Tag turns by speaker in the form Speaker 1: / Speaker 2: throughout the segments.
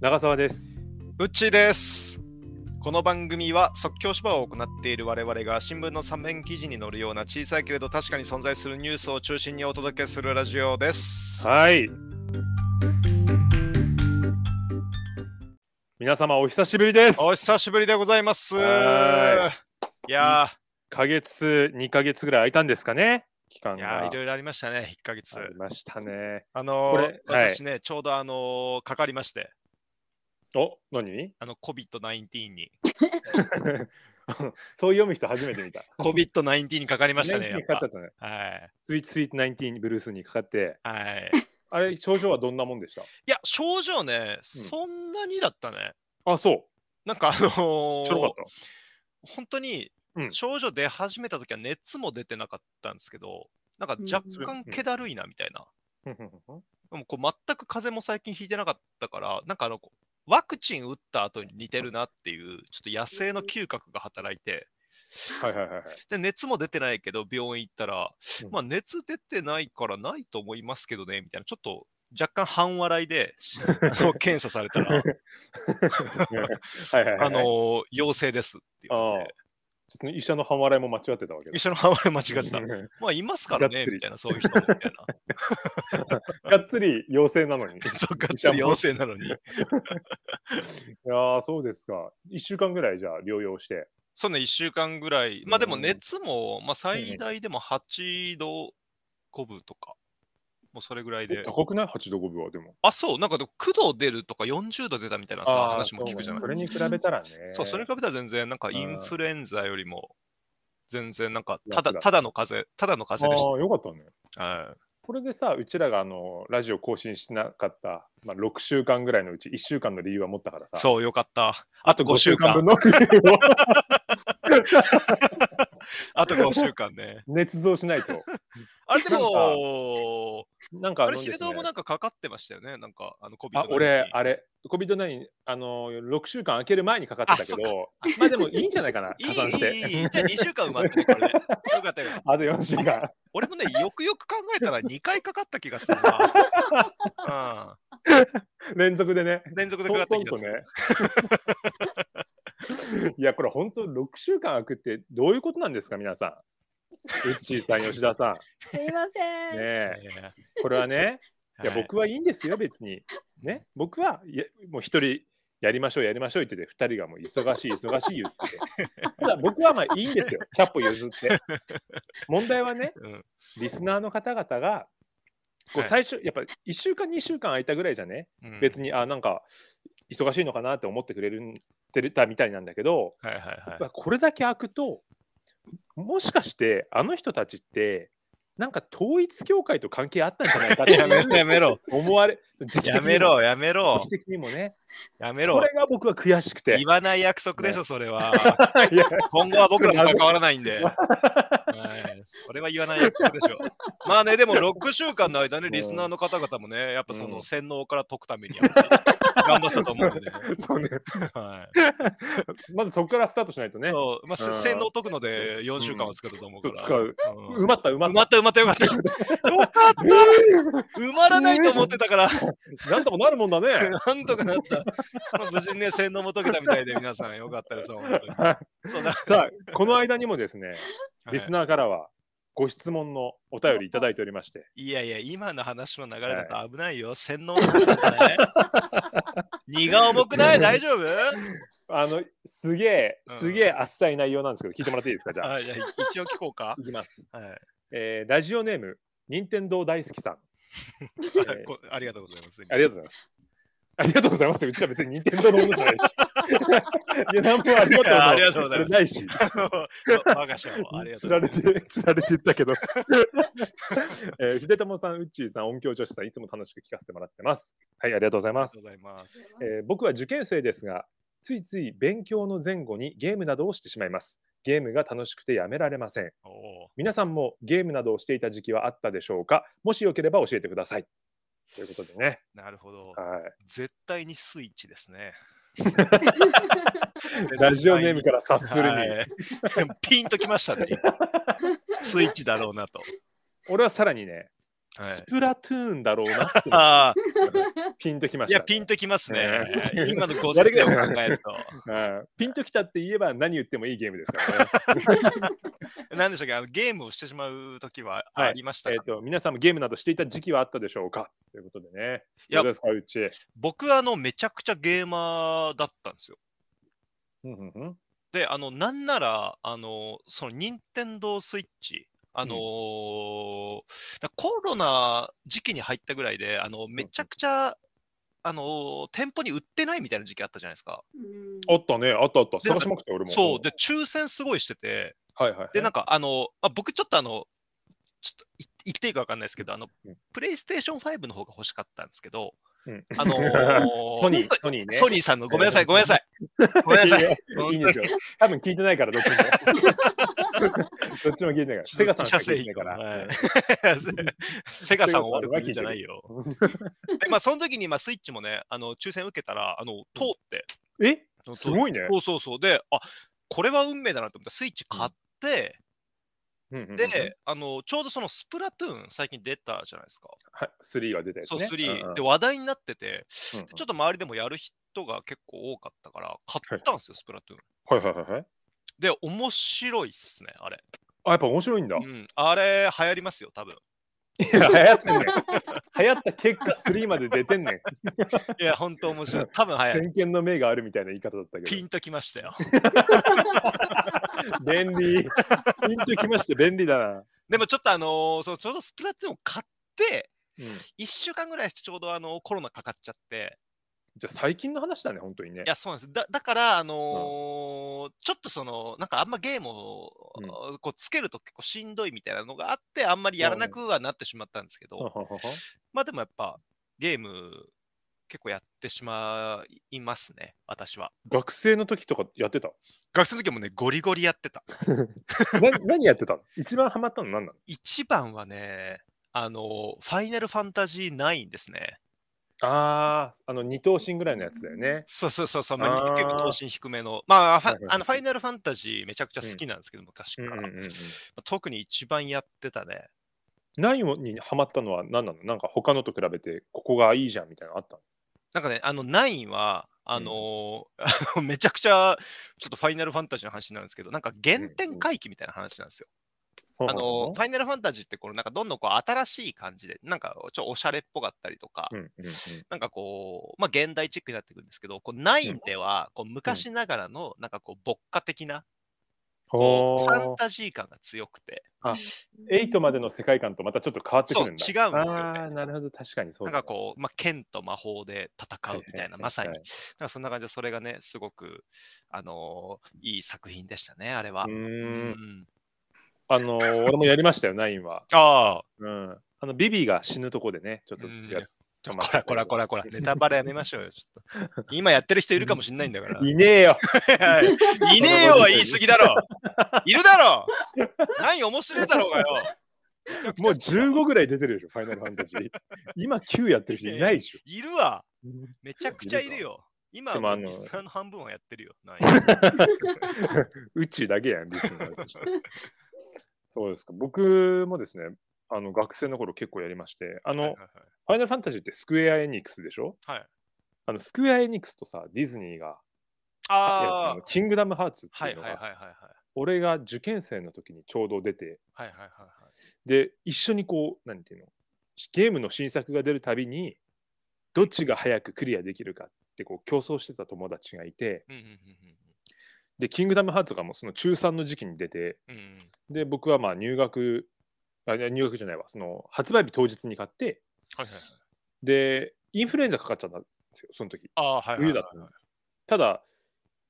Speaker 1: 長澤です。
Speaker 2: うっちーです。この番組は即興芝居を行っている我々が新聞の3面記事に載るような小さいけれど確かに存在するニュースを中心にお届けするラジオです。
Speaker 1: はい。皆様お久しぶりです。
Speaker 2: お久しぶりでございます。
Speaker 1: はい
Speaker 2: や
Speaker 1: ヶ月2ヶ月ぐらい空いたんですかね。期間
Speaker 2: ー、い
Speaker 1: が。
Speaker 2: やーいろいろありましたね、1ヶ月
Speaker 1: あ。りました ね。
Speaker 2: あのー
Speaker 1: これはい
Speaker 2: 私ね、ちょうどあのーかかりまして、
Speaker 1: お、何？
Speaker 2: あの COVID-19 に。
Speaker 1: そう読む人初めて見 た。
Speaker 2: COVID-19 にかかりましたね、
Speaker 1: 19
Speaker 2: やっ
Speaker 1: にかかっちゃ
Speaker 2: ぱ
Speaker 1: っ。たね。
Speaker 2: はい。
Speaker 1: スイートスイートナインティーンブルースにかかって、
Speaker 2: はい。
Speaker 1: あれ症状はどんなもんでした？
Speaker 2: いや、症状ね、そんなにだったね。
Speaker 1: あ、そう。
Speaker 2: なんかあのー
Speaker 1: ちょろかった。
Speaker 2: 本当に
Speaker 1: うん
Speaker 2: 症状出始めた時は熱も出てなかったんですけど、なんか
Speaker 3: うん
Speaker 2: 若干気だるいなみたいな。でもこう全く風邪も最近ひいてなかったから、なんかあのこうワクチン打った後に似てるなっていう、ちょっと野生の嗅覚が働いて、
Speaker 1: はいはいはいはい。
Speaker 2: で熱も出てないけど、病院行ったら、
Speaker 1: うん
Speaker 2: まあ熱出てないからないと思いますけどね、みたいな、ちょっと若干半笑 いであの検査されたら、
Speaker 1: はいはいはい。
Speaker 2: あの陽性ですって言われて、
Speaker 1: その医者の半笑いも間違ってたわけだ
Speaker 2: 一緒の半笑い間違ってた。
Speaker 1: が
Speaker 2: まあ、いますか
Speaker 1: が
Speaker 2: ら
Speaker 1: っ
Speaker 2: ね、
Speaker 1: つり
Speaker 2: みたいな、そういう人もみたいな。
Speaker 1: っつり陽性なのに。い
Speaker 2: そう、がっつり陽性なのに。
Speaker 1: やーそうですか。1週間ぐらいじゃあ療養して。
Speaker 2: その1週間ぐらい、まあでも
Speaker 1: うん
Speaker 2: 熱も、まあ最大でも8度5分とか、もうそれぐらいで。
Speaker 1: 高くない ?8 度5分はでも。
Speaker 2: あ、そう、なんかでも9度出るとか40度出たみたいなさ、
Speaker 1: ー
Speaker 2: 話も聞くじゃな
Speaker 1: そうこ。れ
Speaker 2: い
Speaker 1: に比べたらね。
Speaker 2: そう、それに比べたら全然、なんか
Speaker 1: ん
Speaker 2: インフルエンザよりも、全然なんか、た
Speaker 1: 楽
Speaker 2: だ、
Speaker 1: だ
Speaker 2: ただの風邪、ただの
Speaker 1: あ
Speaker 2: 風
Speaker 1: あ
Speaker 2: 邪で
Speaker 1: ー、よかったね。
Speaker 2: した。はい
Speaker 1: これでさ、うちらがあのラジオ更新してなかった、まあ、6週間ぐらいのうち1週間の理由は持ったからさ。
Speaker 2: そう、よかった。あと5
Speaker 1: 5
Speaker 2: 週
Speaker 1: 週間
Speaker 2: 間
Speaker 1: 分。の理由を
Speaker 2: あと5週間ね。
Speaker 1: 捏造しないと。
Speaker 2: あれで
Speaker 1: なん
Speaker 2: も、
Speaker 1: なんか
Speaker 2: あ
Speaker 1: あ
Speaker 2: れ、
Speaker 1: の
Speaker 2: ヒ
Speaker 1: で
Speaker 2: デ
Speaker 1: す
Speaker 2: ド
Speaker 1: ね
Speaker 2: もなんかかかってましたよね、なんか、あの、コビ
Speaker 1: あ俺、あれ、COVID-19、あの6週間空ける前にかかってたけど、まあでもいいんじゃないかな、
Speaker 2: いい
Speaker 1: 加算し
Speaker 2: いいい
Speaker 1: て。
Speaker 2: いじゃあ2週間埋まってね、これで。よかったよかった。
Speaker 1: あと4週間。
Speaker 2: 俺もね、よくよく考えたら2回かかった気がするな。
Speaker 1: 連続でね。
Speaker 2: うん、連続で
Speaker 1: ト
Speaker 2: かかっ
Speaker 1: ン
Speaker 2: た
Speaker 1: ト
Speaker 2: 気
Speaker 1: ン
Speaker 2: が
Speaker 1: と
Speaker 2: する。
Speaker 1: ね。 いや、これ本当6週間空くってどういうことなんですか、皆さん。うっちーさん、吉田さん。
Speaker 3: すいませ
Speaker 1: ね
Speaker 3: ん。
Speaker 1: え、これはね、いや、僕はいいんですよ、別に。ね、僕はいやもう一人やりましょう、やりましょうって言ってて、二人がもう忙しい、忙しい言ってて。ただ僕はまあいいんですよ、100歩譲って。問題はね、
Speaker 2: うん
Speaker 1: リスナーの方々が、こう
Speaker 2: はい
Speaker 1: 最初、やっぱ1週間、2週間空いたぐらいじゃね、
Speaker 2: うん
Speaker 1: 別に、あ、なんか、忙しいのかなって思ってくれるてるたみたいなんだけど、
Speaker 2: はいはい
Speaker 1: やっ
Speaker 2: はい。
Speaker 1: ぱこれだけ開くと、もしかして、あの人たちって、なんか統一教会と関係あったんじゃないかって
Speaker 2: やめろやめろ
Speaker 1: 思われ、時期的に
Speaker 2: や
Speaker 1: も
Speaker 2: めろやめろ
Speaker 1: 時期的にもね、
Speaker 2: や
Speaker 1: そ
Speaker 2: め
Speaker 1: れ
Speaker 2: ろ
Speaker 1: が僕は悔しくて
Speaker 2: 言。わない約束でしょ、それは。
Speaker 1: いや
Speaker 2: 今後は僕らも関わらない んで。はいそれは言わない約束でしょ。まあね、でも6週間の間ね、リスナーの方々もね、やっぱそ
Speaker 1: うん
Speaker 2: の洗脳から解くためにやっぱり頑張ったと思うん でね。
Speaker 1: そうね、
Speaker 2: はい
Speaker 1: まずそこからスタートしないとね、
Speaker 2: そうまあ、
Speaker 1: うん
Speaker 2: せ洗脳解くので4週間は使ったと思うか
Speaker 1: そう
Speaker 2: ら。
Speaker 1: 使う。
Speaker 2: うん
Speaker 1: 埋まった、埋ま
Speaker 2: 埋
Speaker 1: っ
Speaker 2: ま
Speaker 1: た。
Speaker 2: った埋まったよかった。よかった埋まらないと思って たから、
Speaker 1: なんとかなるもんだね。
Speaker 2: なんとかなった。まあ、無事にね、洗脳も解けたみたいで、皆さんよかったです。本当に
Speaker 1: はい
Speaker 2: そうだ、
Speaker 1: さあ、この間にもですね、リス
Speaker 2: は
Speaker 1: ナーからはご質問のお便りいただいておりまして、
Speaker 2: い、いやいや、今の話の流れだと危ないよ。洗脳の話じゃ ない。荷が重くない大丈夫
Speaker 1: あのすげえ
Speaker 2: うん、
Speaker 1: すげえあっさい内容なんですけど、聞いてもらっていいですか、じゃあ。
Speaker 2: あいや一応聞こうか。
Speaker 1: いきます。
Speaker 2: はい
Speaker 1: えーラジオネーム、任天堂大好きさん。ー
Speaker 2: こありがとうございます。
Speaker 1: ありがとうございます。ありがとうございますって、うちは別に任天堂のものじゃ ない。いや、なんもありがとうございます。
Speaker 2: ありがとうございます
Speaker 1: ないし、
Speaker 2: あの我が社も ありがと
Speaker 1: つ
Speaker 2: うござ
Speaker 1: ら
Speaker 2: いま
Speaker 1: れ
Speaker 2: す。
Speaker 1: て、つられていったけど。 えー、秀友さん、うっちーさん、音響女子さん、いつも楽しく聞かせてもらってます。はい、ありがとうござい
Speaker 2: あり
Speaker 1: ま
Speaker 2: が
Speaker 1: す
Speaker 2: とう。ございます。
Speaker 1: えー僕は受験生ですがついつい勉強の前後にゲームなどをしてしまいますゲームが楽しくてやめられません
Speaker 2: おお
Speaker 1: 皆さんもゲームなどをしていた時期はあったでしょうかもしよければ教えてくださいということでね、
Speaker 2: なるほど。
Speaker 1: は
Speaker 2: 絶対にスイッチですね。
Speaker 1: い、 ラジオネームから察するに、
Speaker 2: はいピンときましたね。今スイッチだろうなと。
Speaker 1: 俺はさらにね
Speaker 2: はい
Speaker 1: スプラトゥーンだろうなって
Speaker 2: ああ、
Speaker 1: ピンときま
Speaker 2: い
Speaker 1: した
Speaker 2: や、ピンときますね
Speaker 1: え。え
Speaker 2: 今のご時世を考える
Speaker 1: うんピンときたって言えば何言ってもいいゲームです からね。
Speaker 2: と。なんでしたっけあのゲームをしてしまう時は
Speaker 1: はい
Speaker 2: ありましたか、
Speaker 1: えっと皆さんもゲームなどしていた時期はあったでしょうかということでね。
Speaker 2: いや
Speaker 1: どうですかうち。
Speaker 2: 僕はあのめちゃくちゃゲーマーだったんですよ。
Speaker 1: うんうんうん
Speaker 2: で、あの、なんなら、あの、その、任天堂スイッチ、あのーだコロナ時期に入ったぐらいで、あの、めちゃくちゃ、あのー店舗に売ってないみたいな時期あったじゃないですか。
Speaker 3: うん
Speaker 1: あったね、あったあった。
Speaker 2: でな
Speaker 1: 探
Speaker 2: んか
Speaker 1: しまくったよ俺も。
Speaker 2: そう、で、抽選すごいしてて、
Speaker 1: はいはいはい。
Speaker 2: で、なんか、あの、あ僕、ちょっとあの、ちょっとい言っていいか分かんないですけど、あの
Speaker 1: うん、
Speaker 2: プレイステーション5の方が欲しかったんですけど、
Speaker 1: うん
Speaker 2: あの
Speaker 1: ソニー
Speaker 2: 本当、
Speaker 1: ソニーね。
Speaker 2: ソニーさんの、ごめんなさい、ごめん なさい、ごめんなさい。
Speaker 1: いいんですよ。多分聞いてないから、どっちも。 どっちも聞いてないから。セガさんしか聞いてないから。
Speaker 2: はい セガさんを悪く言うんじゃないよ。でまあ、その時に、まあ、スイッチもね、あの抽選受けたら、あの通って、
Speaker 1: えすごいね。
Speaker 2: そうそうそう、で、あこれは運命だなと思って、スイッチ買って、
Speaker 1: うんうんうん
Speaker 2: で、あのちょうどそのスプラトゥーン、最近出たじゃないですか。
Speaker 1: はい3が出たやつ
Speaker 2: そう、
Speaker 1: ね。
Speaker 2: 3で
Speaker 1: で
Speaker 2: 話題になってて、
Speaker 1: うんうん
Speaker 2: ちょっと周りでもやる人が結構多かったから、買ったんですよ、スプラトゥーン。
Speaker 1: はいはいはいはい。
Speaker 2: で、面白いっすね、あれ。
Speaker 1: あ、やっぱ面白いんだ。
Speaker 2: う
Speaker 1: い
Speaker 2: ん、あれ、流行りますよ、多分。
Speaker 1: や、流行ってんねん。流行った結果、3まで出てんねん。
Speaker 2: いや、本当面白い。多分流行る。
Speaker 1: 先見の明があるみたいな言い方だったけ
Speaker 2: ピ
Speaker 1: ど。
Speaker 2: ンときましたよ。
Speaker 1: 便利。ピンときまして便利だな。
Speaker 2: でもちょっとあのーそうちょうどスプラトゥーンを買って、
Speaker 1: うん
Speaker 2: 1週間ぐらいしてちょうどあのコロナかかっちゃって、
Speaker 1: じゃあ最近の話だね、本当にね
Speaker 2: い。や、そうなんです。だだから、あのーちょっとその、なんかあんまゲームを、こうつけると結構しんどいみたいなのがあって、あんまりやらなくはなってしまったんですけど、
Speaker 1: はははは
Speaker 2: まあでもやっぱゲーム結構やってしまいますね、私は。
Speaker 1: 学生の時とかやってた
Speaker 2: 学生の時もね、ゴリゴリやってた。
Speaker 1: な何やってたの一番ハマったの何なの
Speaker 2: 一番はね、あの、ファイナルファンタジー9ですね。
Speaker 1: ああ、あの二等身ぐらいのやつだよね。
Speaker 2: そうそうそうそう、まあ
Speaker 1: あー
Speaker 2: 結構等身低めの。まあ、ファ
Speaker 1: はいはいはい
Speaker 2: あのファイナルファンタジーめちゃくちゃ好きなんですけど、昔から。まあ特に一番やってたね。
Speaker 1: 何にハマったのは何なのなんか他のと比べてここがいいじゃんみたいなのあったの
Speaker 2: なんかね、あの9は、あのー めちゃくちゃ、ちょっとファイナルファンタジーの話になるんですけど、なんか原点回帰みたいな話なんですよ。あの、ファイナルファンタジーって、このなんかどんどんこう新しい感じで、なんかちょっとおしゃれっぽかったりとか、
Speaker 1: うんうんうん
Speaker 2: なんかこう、まあ現代チックになってくるんですけど、こう9では、こう昔ながらのなんかこう牧歌的な、こうファン
Speaker 1: ほー
Speaker 2: タジー感が強くて、
Speaker 1: 8までの世界観とまたちょっと変わってくるんだ
Speaker 2: そう違うんですよね
Speaker 1: ああなるほど確かにそう
Speaker 2: なん
Speaker 1: だ
Speaker 2: かこう、まあ剣と魔法で戦うみたいな、まさに。
Speaker 1: は
Speaker 2: ないんかそんな感じで、それがね、すごく、あのーいい作品でしたね、あれは
Speaker 1: う。
Speaker 2: う
Speaker 1: ーん
Speaker 2: ん。
Speaker 1: あのー俺もやりましたよ9は、
Speaker 2: ああ、
Speaker 1: うん、あのビビが死ぬとこでねちょっと
Speaker 2: うん
Speaker 1: やちょっと
Speaker 2: こらこらこらこら、ネタバレやめましょうよ、ちょっ と。今やってる人いるかもしれないんだから。
Speaker 1: いねえよ
Speaker 2: はい いねえよは言い過ぎだろいるだろ何面白いだろうがよ
Speaker 1: もう15ぐらい出てるでしょファイナルファンタジー今9やってる人いないでしょ
Speaker 2: いるわめちゃくちゃいるよ今
Speaker 1: でもあの
Speaker 2: リスナーの半分はやってるよ。 ない
Speaker 1: 宇宙だけやん、リスナーと してそうですか。僕もですね、あの学生の頃結構やりまして、あの、
Speaker 2: はいはいはい
Speaker 1: ファイナルファンタジーってスクエア・エニックスでしょ
Speaker 2: はい。
Speaker 1: あのスクエア・エニックスとさ、ディズニーが、
Speaker 2: あ
Speaker 1: いや
Speaker 2: あ。
Speaker 1: キングダム・ハーツって
Speaker 2: はいいう
Speaker 1: の
Speaker 2: はいはいはい
Speaker 1: が、
Speaker 2: はい。
Speaker 1: 俺が受験生の時にちょうど出て、
Speaker 2: はいはいはいはい。
Speaker 1: で、一緒にこう、なんていうの、ゲームの新作が出るたびに、どっちが早くクリアできるかってこう競争してた友達がいて、
Speaker 2: うんうんうん
Speaker 1: で、キングダム・ハーツがもうその中3の時期に出て、
Speaker 2: うんうんうん
Speaker 1: で僕はまあ入学あいや入学じゃないわその発売日当日に買って
Speaker 2: はいはいはい
Speaker 1: でインフルエンザかかっちゃったんですよその時
Speaker 2: ああはいはいはい。
Speaker 1: 冬だったのただ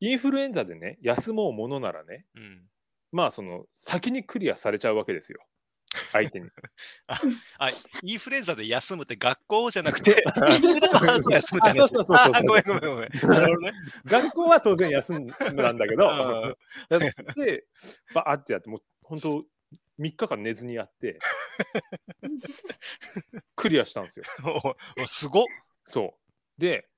Speaker 1: インフルエンザでね休もうものならね
Speaker 2: うん
Speaker 1: まあその先にクリアされちゃうわけですよ相 手に
Speaker 2: あ、インフルエンザで休むって学校じゃなくて、キングダムハウスで休むって話。
Speaker 1: あそうそうそうそう
Speaker 2: あごめんごめんごめん。なるほどね。
Speaker 1: 学校は当然休んだんだけど
Speaker 2: う
Speaker 1: だ
Speaker 2: ん
Speaker 1: ってバーってやってもう本当3日間寝ずにやって クリアしたんですよ
Speaker 2: おおすごっ
Speaker 1: そうで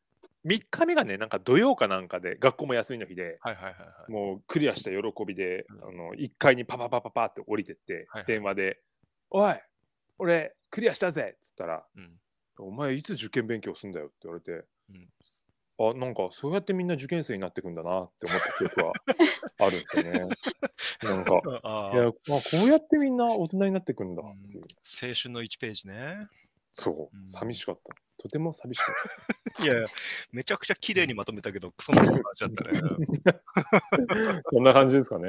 Speaker 1: 3日目がねなんか土曜かなんかで学校も休みの日で
Speaker 2: はいはいはいはい。
Speaker 1: もうクリアした喜びで、
Speaker 2: うん
Speaker 1: あの1階にパパパパパって降りてって、
Speaker 2: はいはい
Speaker 1: 電話で「おい俺クリアしたぜっつったら、
Speaker 2: うん
Speaker 1: お前いつ受験勉強すんだよって言われて、
Speaker 2: うん
Speaker 1: あなんかそうやってみんな受験生になってくんだなって思った記 憶はあるんですよね。なんか
Speaker 2: あ
Speaker 1: い や、
Speaker 2: ー
Speaker 1: まあ、こうやってみんな大人になってくんだっていう、
Speaker 2: 青春の1ページね。
Speaker 1: そううん寂しかったとても寂しか っ
Speaker 2: いやいや、めちゃくちゃ綺麗にまとめたけど、クソみたいな話だったね。
Speaker 1: たこんな感じですかね。
Speaker 2: う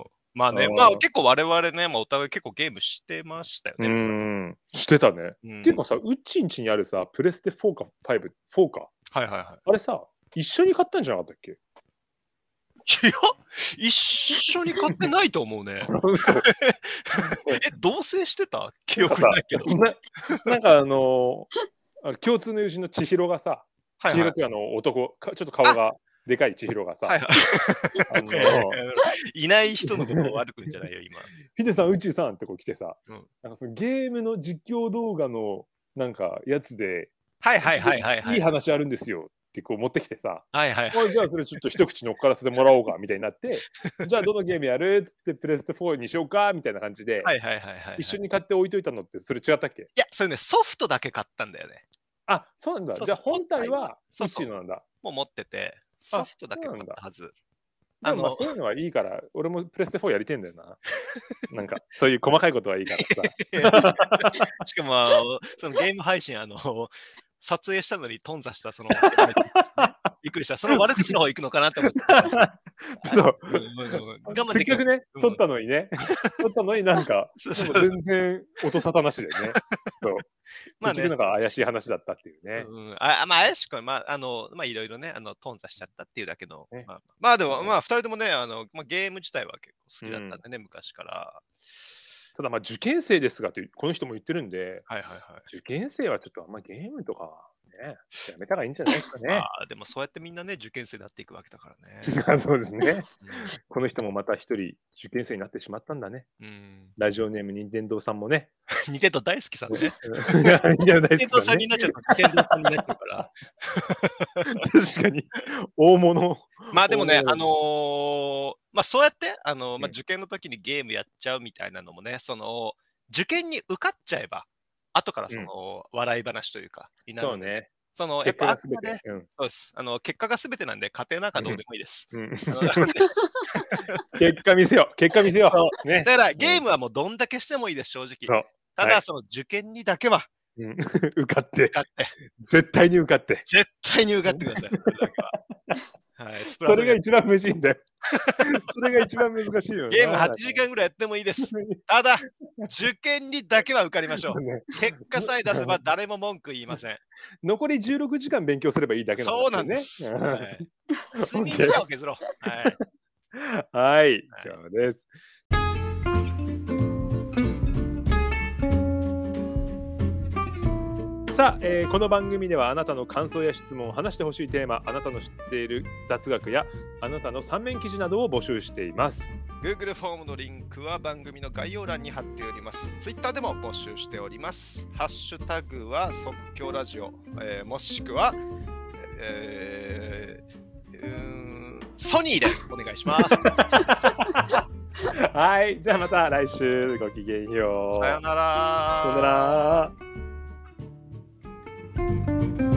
Speaker 2: んまあね、
Speaker 1: あー
Speaker 2: まあ結構我々ね、まあ、お互い結構ゲームしてましたよ
Speaker 1: う
Speaker 2: ね。
Speaker 1: んしてたね。
Speaker 2: うん
Speaker 1: っていうかさうっちんちにあるさプレステ4か5 4か
Speaker 2: はいはいは
Speaker 1: あれさ一緒に買ったんじゃなかったっけ
Speaker 2: い。いや、一緒に買ってないと思 うね。え、同棲してた記憶ない けど。
Speaker 1: ななんかあのーあ共通の友人の千尋がさ、
Speaker 2: はい
Speaker 1: 千尋
Speaker 2: はい
Speaker 1: っ。ていうあの男か、ちょっと顔がでかい千尋がさ、
Speaker 2: はいは
Speaker 1: あの
Speaker 2: い、いない人のことを悪く言うんじゃないよ、今。
Speaker 1: ヒデさん、宇宙さんってこう来てさ、
Speaker 2: うん
Speaker 1: なんかそのゲームの実況動画のなんかやつで、
Speaker 2: はいはいはいはいはいい。
Speaker 1: 話あるんですよってこう持ってきてさ、
Speaker 2: はいはい
Speaker 1: おい じゃあそれちょっと一口乗っからせてもらおうかみたいにな って、じゃあどのゲームやるっつってプレステ4にしようかみたいな感じで、
Speaker 2: はいはいはいはい。
Speaker 1: 一緒
Speaker 2: い
Speaker 1: に買って置いといたのってそれ違ったっけ
Speaker 2: や、それね、ソフトだけ買ったんだよね。
Speaker 1: あ、そうなんだ。
Speaker 2: そうそう
Speaker 1: じゃあ本体は
Speaker 2: そう
Speaker 1: 宇
Speaker 2: そう
Speaker 1: 宙のなんだ。
Speaker 2: もう持ってて、ソフトだけ買ったはず。
Speaker 1: あ
Speaker 2: あ
Speaker 1: のまあ
Speaker 2: の、
Speaker 1: そういうのはいいから、俺もプレステ4やりてんだよ な。なんか、そういう細かいことはいいからさ。
Speaker 2: しかも、あのそのゲーム配信、あの、撮影したのに頓挫した、その、びっくりした。その悪口の方行くのかなって思ってた。
Speaker 1: そう。
Speaker 2: うんうんうん我慢
Speaker 1: せ
Speaker 2: で
Speaker 1: っ
Speaker 2: きな
Speaker 1: かく
Speaker 2: い
Speaker 1: ね
Speaker 2: う、ん
Speaker 1: 撮ったのに ね、撮ったのになんか、
Speaker 2: そう
Speaker 1: で
Speaker 2: そ
Speaker 1: も
Speaker 2: う
Speaker 1: 全然音沙汰なしでね。そう。
Speaker 2: まあ
Speaker 1: 結局
Speaker 2: ね
Speaker 1: な、んか怪しい話だったっていうね。
Speaker 2: うんうん、あまあ、怪しくは、まあ、あの、まあ、いろいろね、あの、頓挫しちゃったっていうだけの
Speaker 1: ね。
Speaker 2: まあ、まあ、でも、
Speaker 1: ね
Speaker 2: まあ、二人ともね、あの、まあ、ゲーム自体は結構好きだったんでね、昔から。
Speaker 1: ただまあ受験生ですがっていうこの人も言ってるんで、
Speaker 2: はいはいはい。
Speaker 1: 受験生はちょっとあんまゲームとかはね、やめたらいいんじゃないです かね
Speaker 2: ま。あ、でも、そうやってみんなね、受験生になっていくわけだからね。
Speaker 1: そうですね。この人もまた一人受験生になってしまったんだね。
Speaker 2: うんうん。
Speaker 1: ラジオネーム任天堂さんもね。
Speaker 2: 似てた大好きさんね。
Speaker 1: いやいいんじゃないです
Speaker 2: 天童
Speaker 1: か
Speaker 2: さんに
Speaker 1: ね。
Speaker 2: なっちゃうと、天童さんになっちゃう から。
Speaker 1: 確かに大物。
Speaker 2: まあでもね、
Speaker 1: おー
Speaker 2: あのーまあそうやって、あのーまあ、
Speaker 1: うん
Speaker 2: 受験の時にゲームやっちゃうみたいなのもね、その、受験に受かっちゃえば、後からその、笑い話というか、になる
Speaker 1: そ
Speaker 2: の
Speaker 1: う
Speaker 2: で
Speaker 1: ね。
Speaker 2: その、やっ
Speaker 1: 結果
Speaker 2: ぱ
Speaker 1: が
Speaker 2: あく
Speaker 1: 全
Speaker 2: ま
Speaker 1: て
Speaker 2: で、。
Speaker 1: うん
Speaker 2: そうです。あの、結果が全てなんで、家庭なんかどうでもい いです。
Speaker 1: うん
Speaker 2: あのだか
Speaker 1: 結果見せよう。結果見せよ。
Speaker 2: そう
Speaker 1: ね。
Speaker 2: ら、ゲームはもうどんだけしてもいいです、正
Speaker 1: そう
Speaker 2: 直。た
Speaker 1: は
Speaker 2: だ、
Speaker 1: い
Speaker 2: その受験にだけは
Speaker 1: うん受かって
Speaker 2: 受、かって、
Speaker 1: 絶対に受かって。
Speaker 2: 絶対に受かってください。それだけ ははい、スプラ
Speaker 1: そ
Speaker 2: ト
Speaker 1: れ
Speaker 2: ゥー
Speaker 1: が
Speaker 2: ン
Speaker 1: 一番難しいんだよ。 それが一番難しいよな。
Speaker 2: ゲーム8時間ぐらいやってもい いです。ただ、受験にだけは受かりましょう。
Speaker 1: ね
Speaker 2: 結果さえ出せば誰も文句言いません。
Speaker 1: 残り16時間勉強すればいいだけ
Speaker 2: そうな
Speaker 1: なんん
Speaker 2: で。
Speaker 1: ですすよね。
Speaker 2: はい 睡眠時間を削ろう。はい。
Speaker 1: はい、以上です。さあ、えーこの番組ではあなたの感想や質問話してほしいテーマあなたの知っている雑学やあなたの三面記事などを募集しています
Speaker 2: Google フォームのリンクは番組の概要欄に貼っております。Twitter でも募集しております。ハッシュタグは即興ラジオ、えーもしくは、えーうーんソニーでお願いします。
Speaker 1: はいじゃあまた来週ごきげんよう
Speaker 2: さよなら。
Speaker 1: さよなら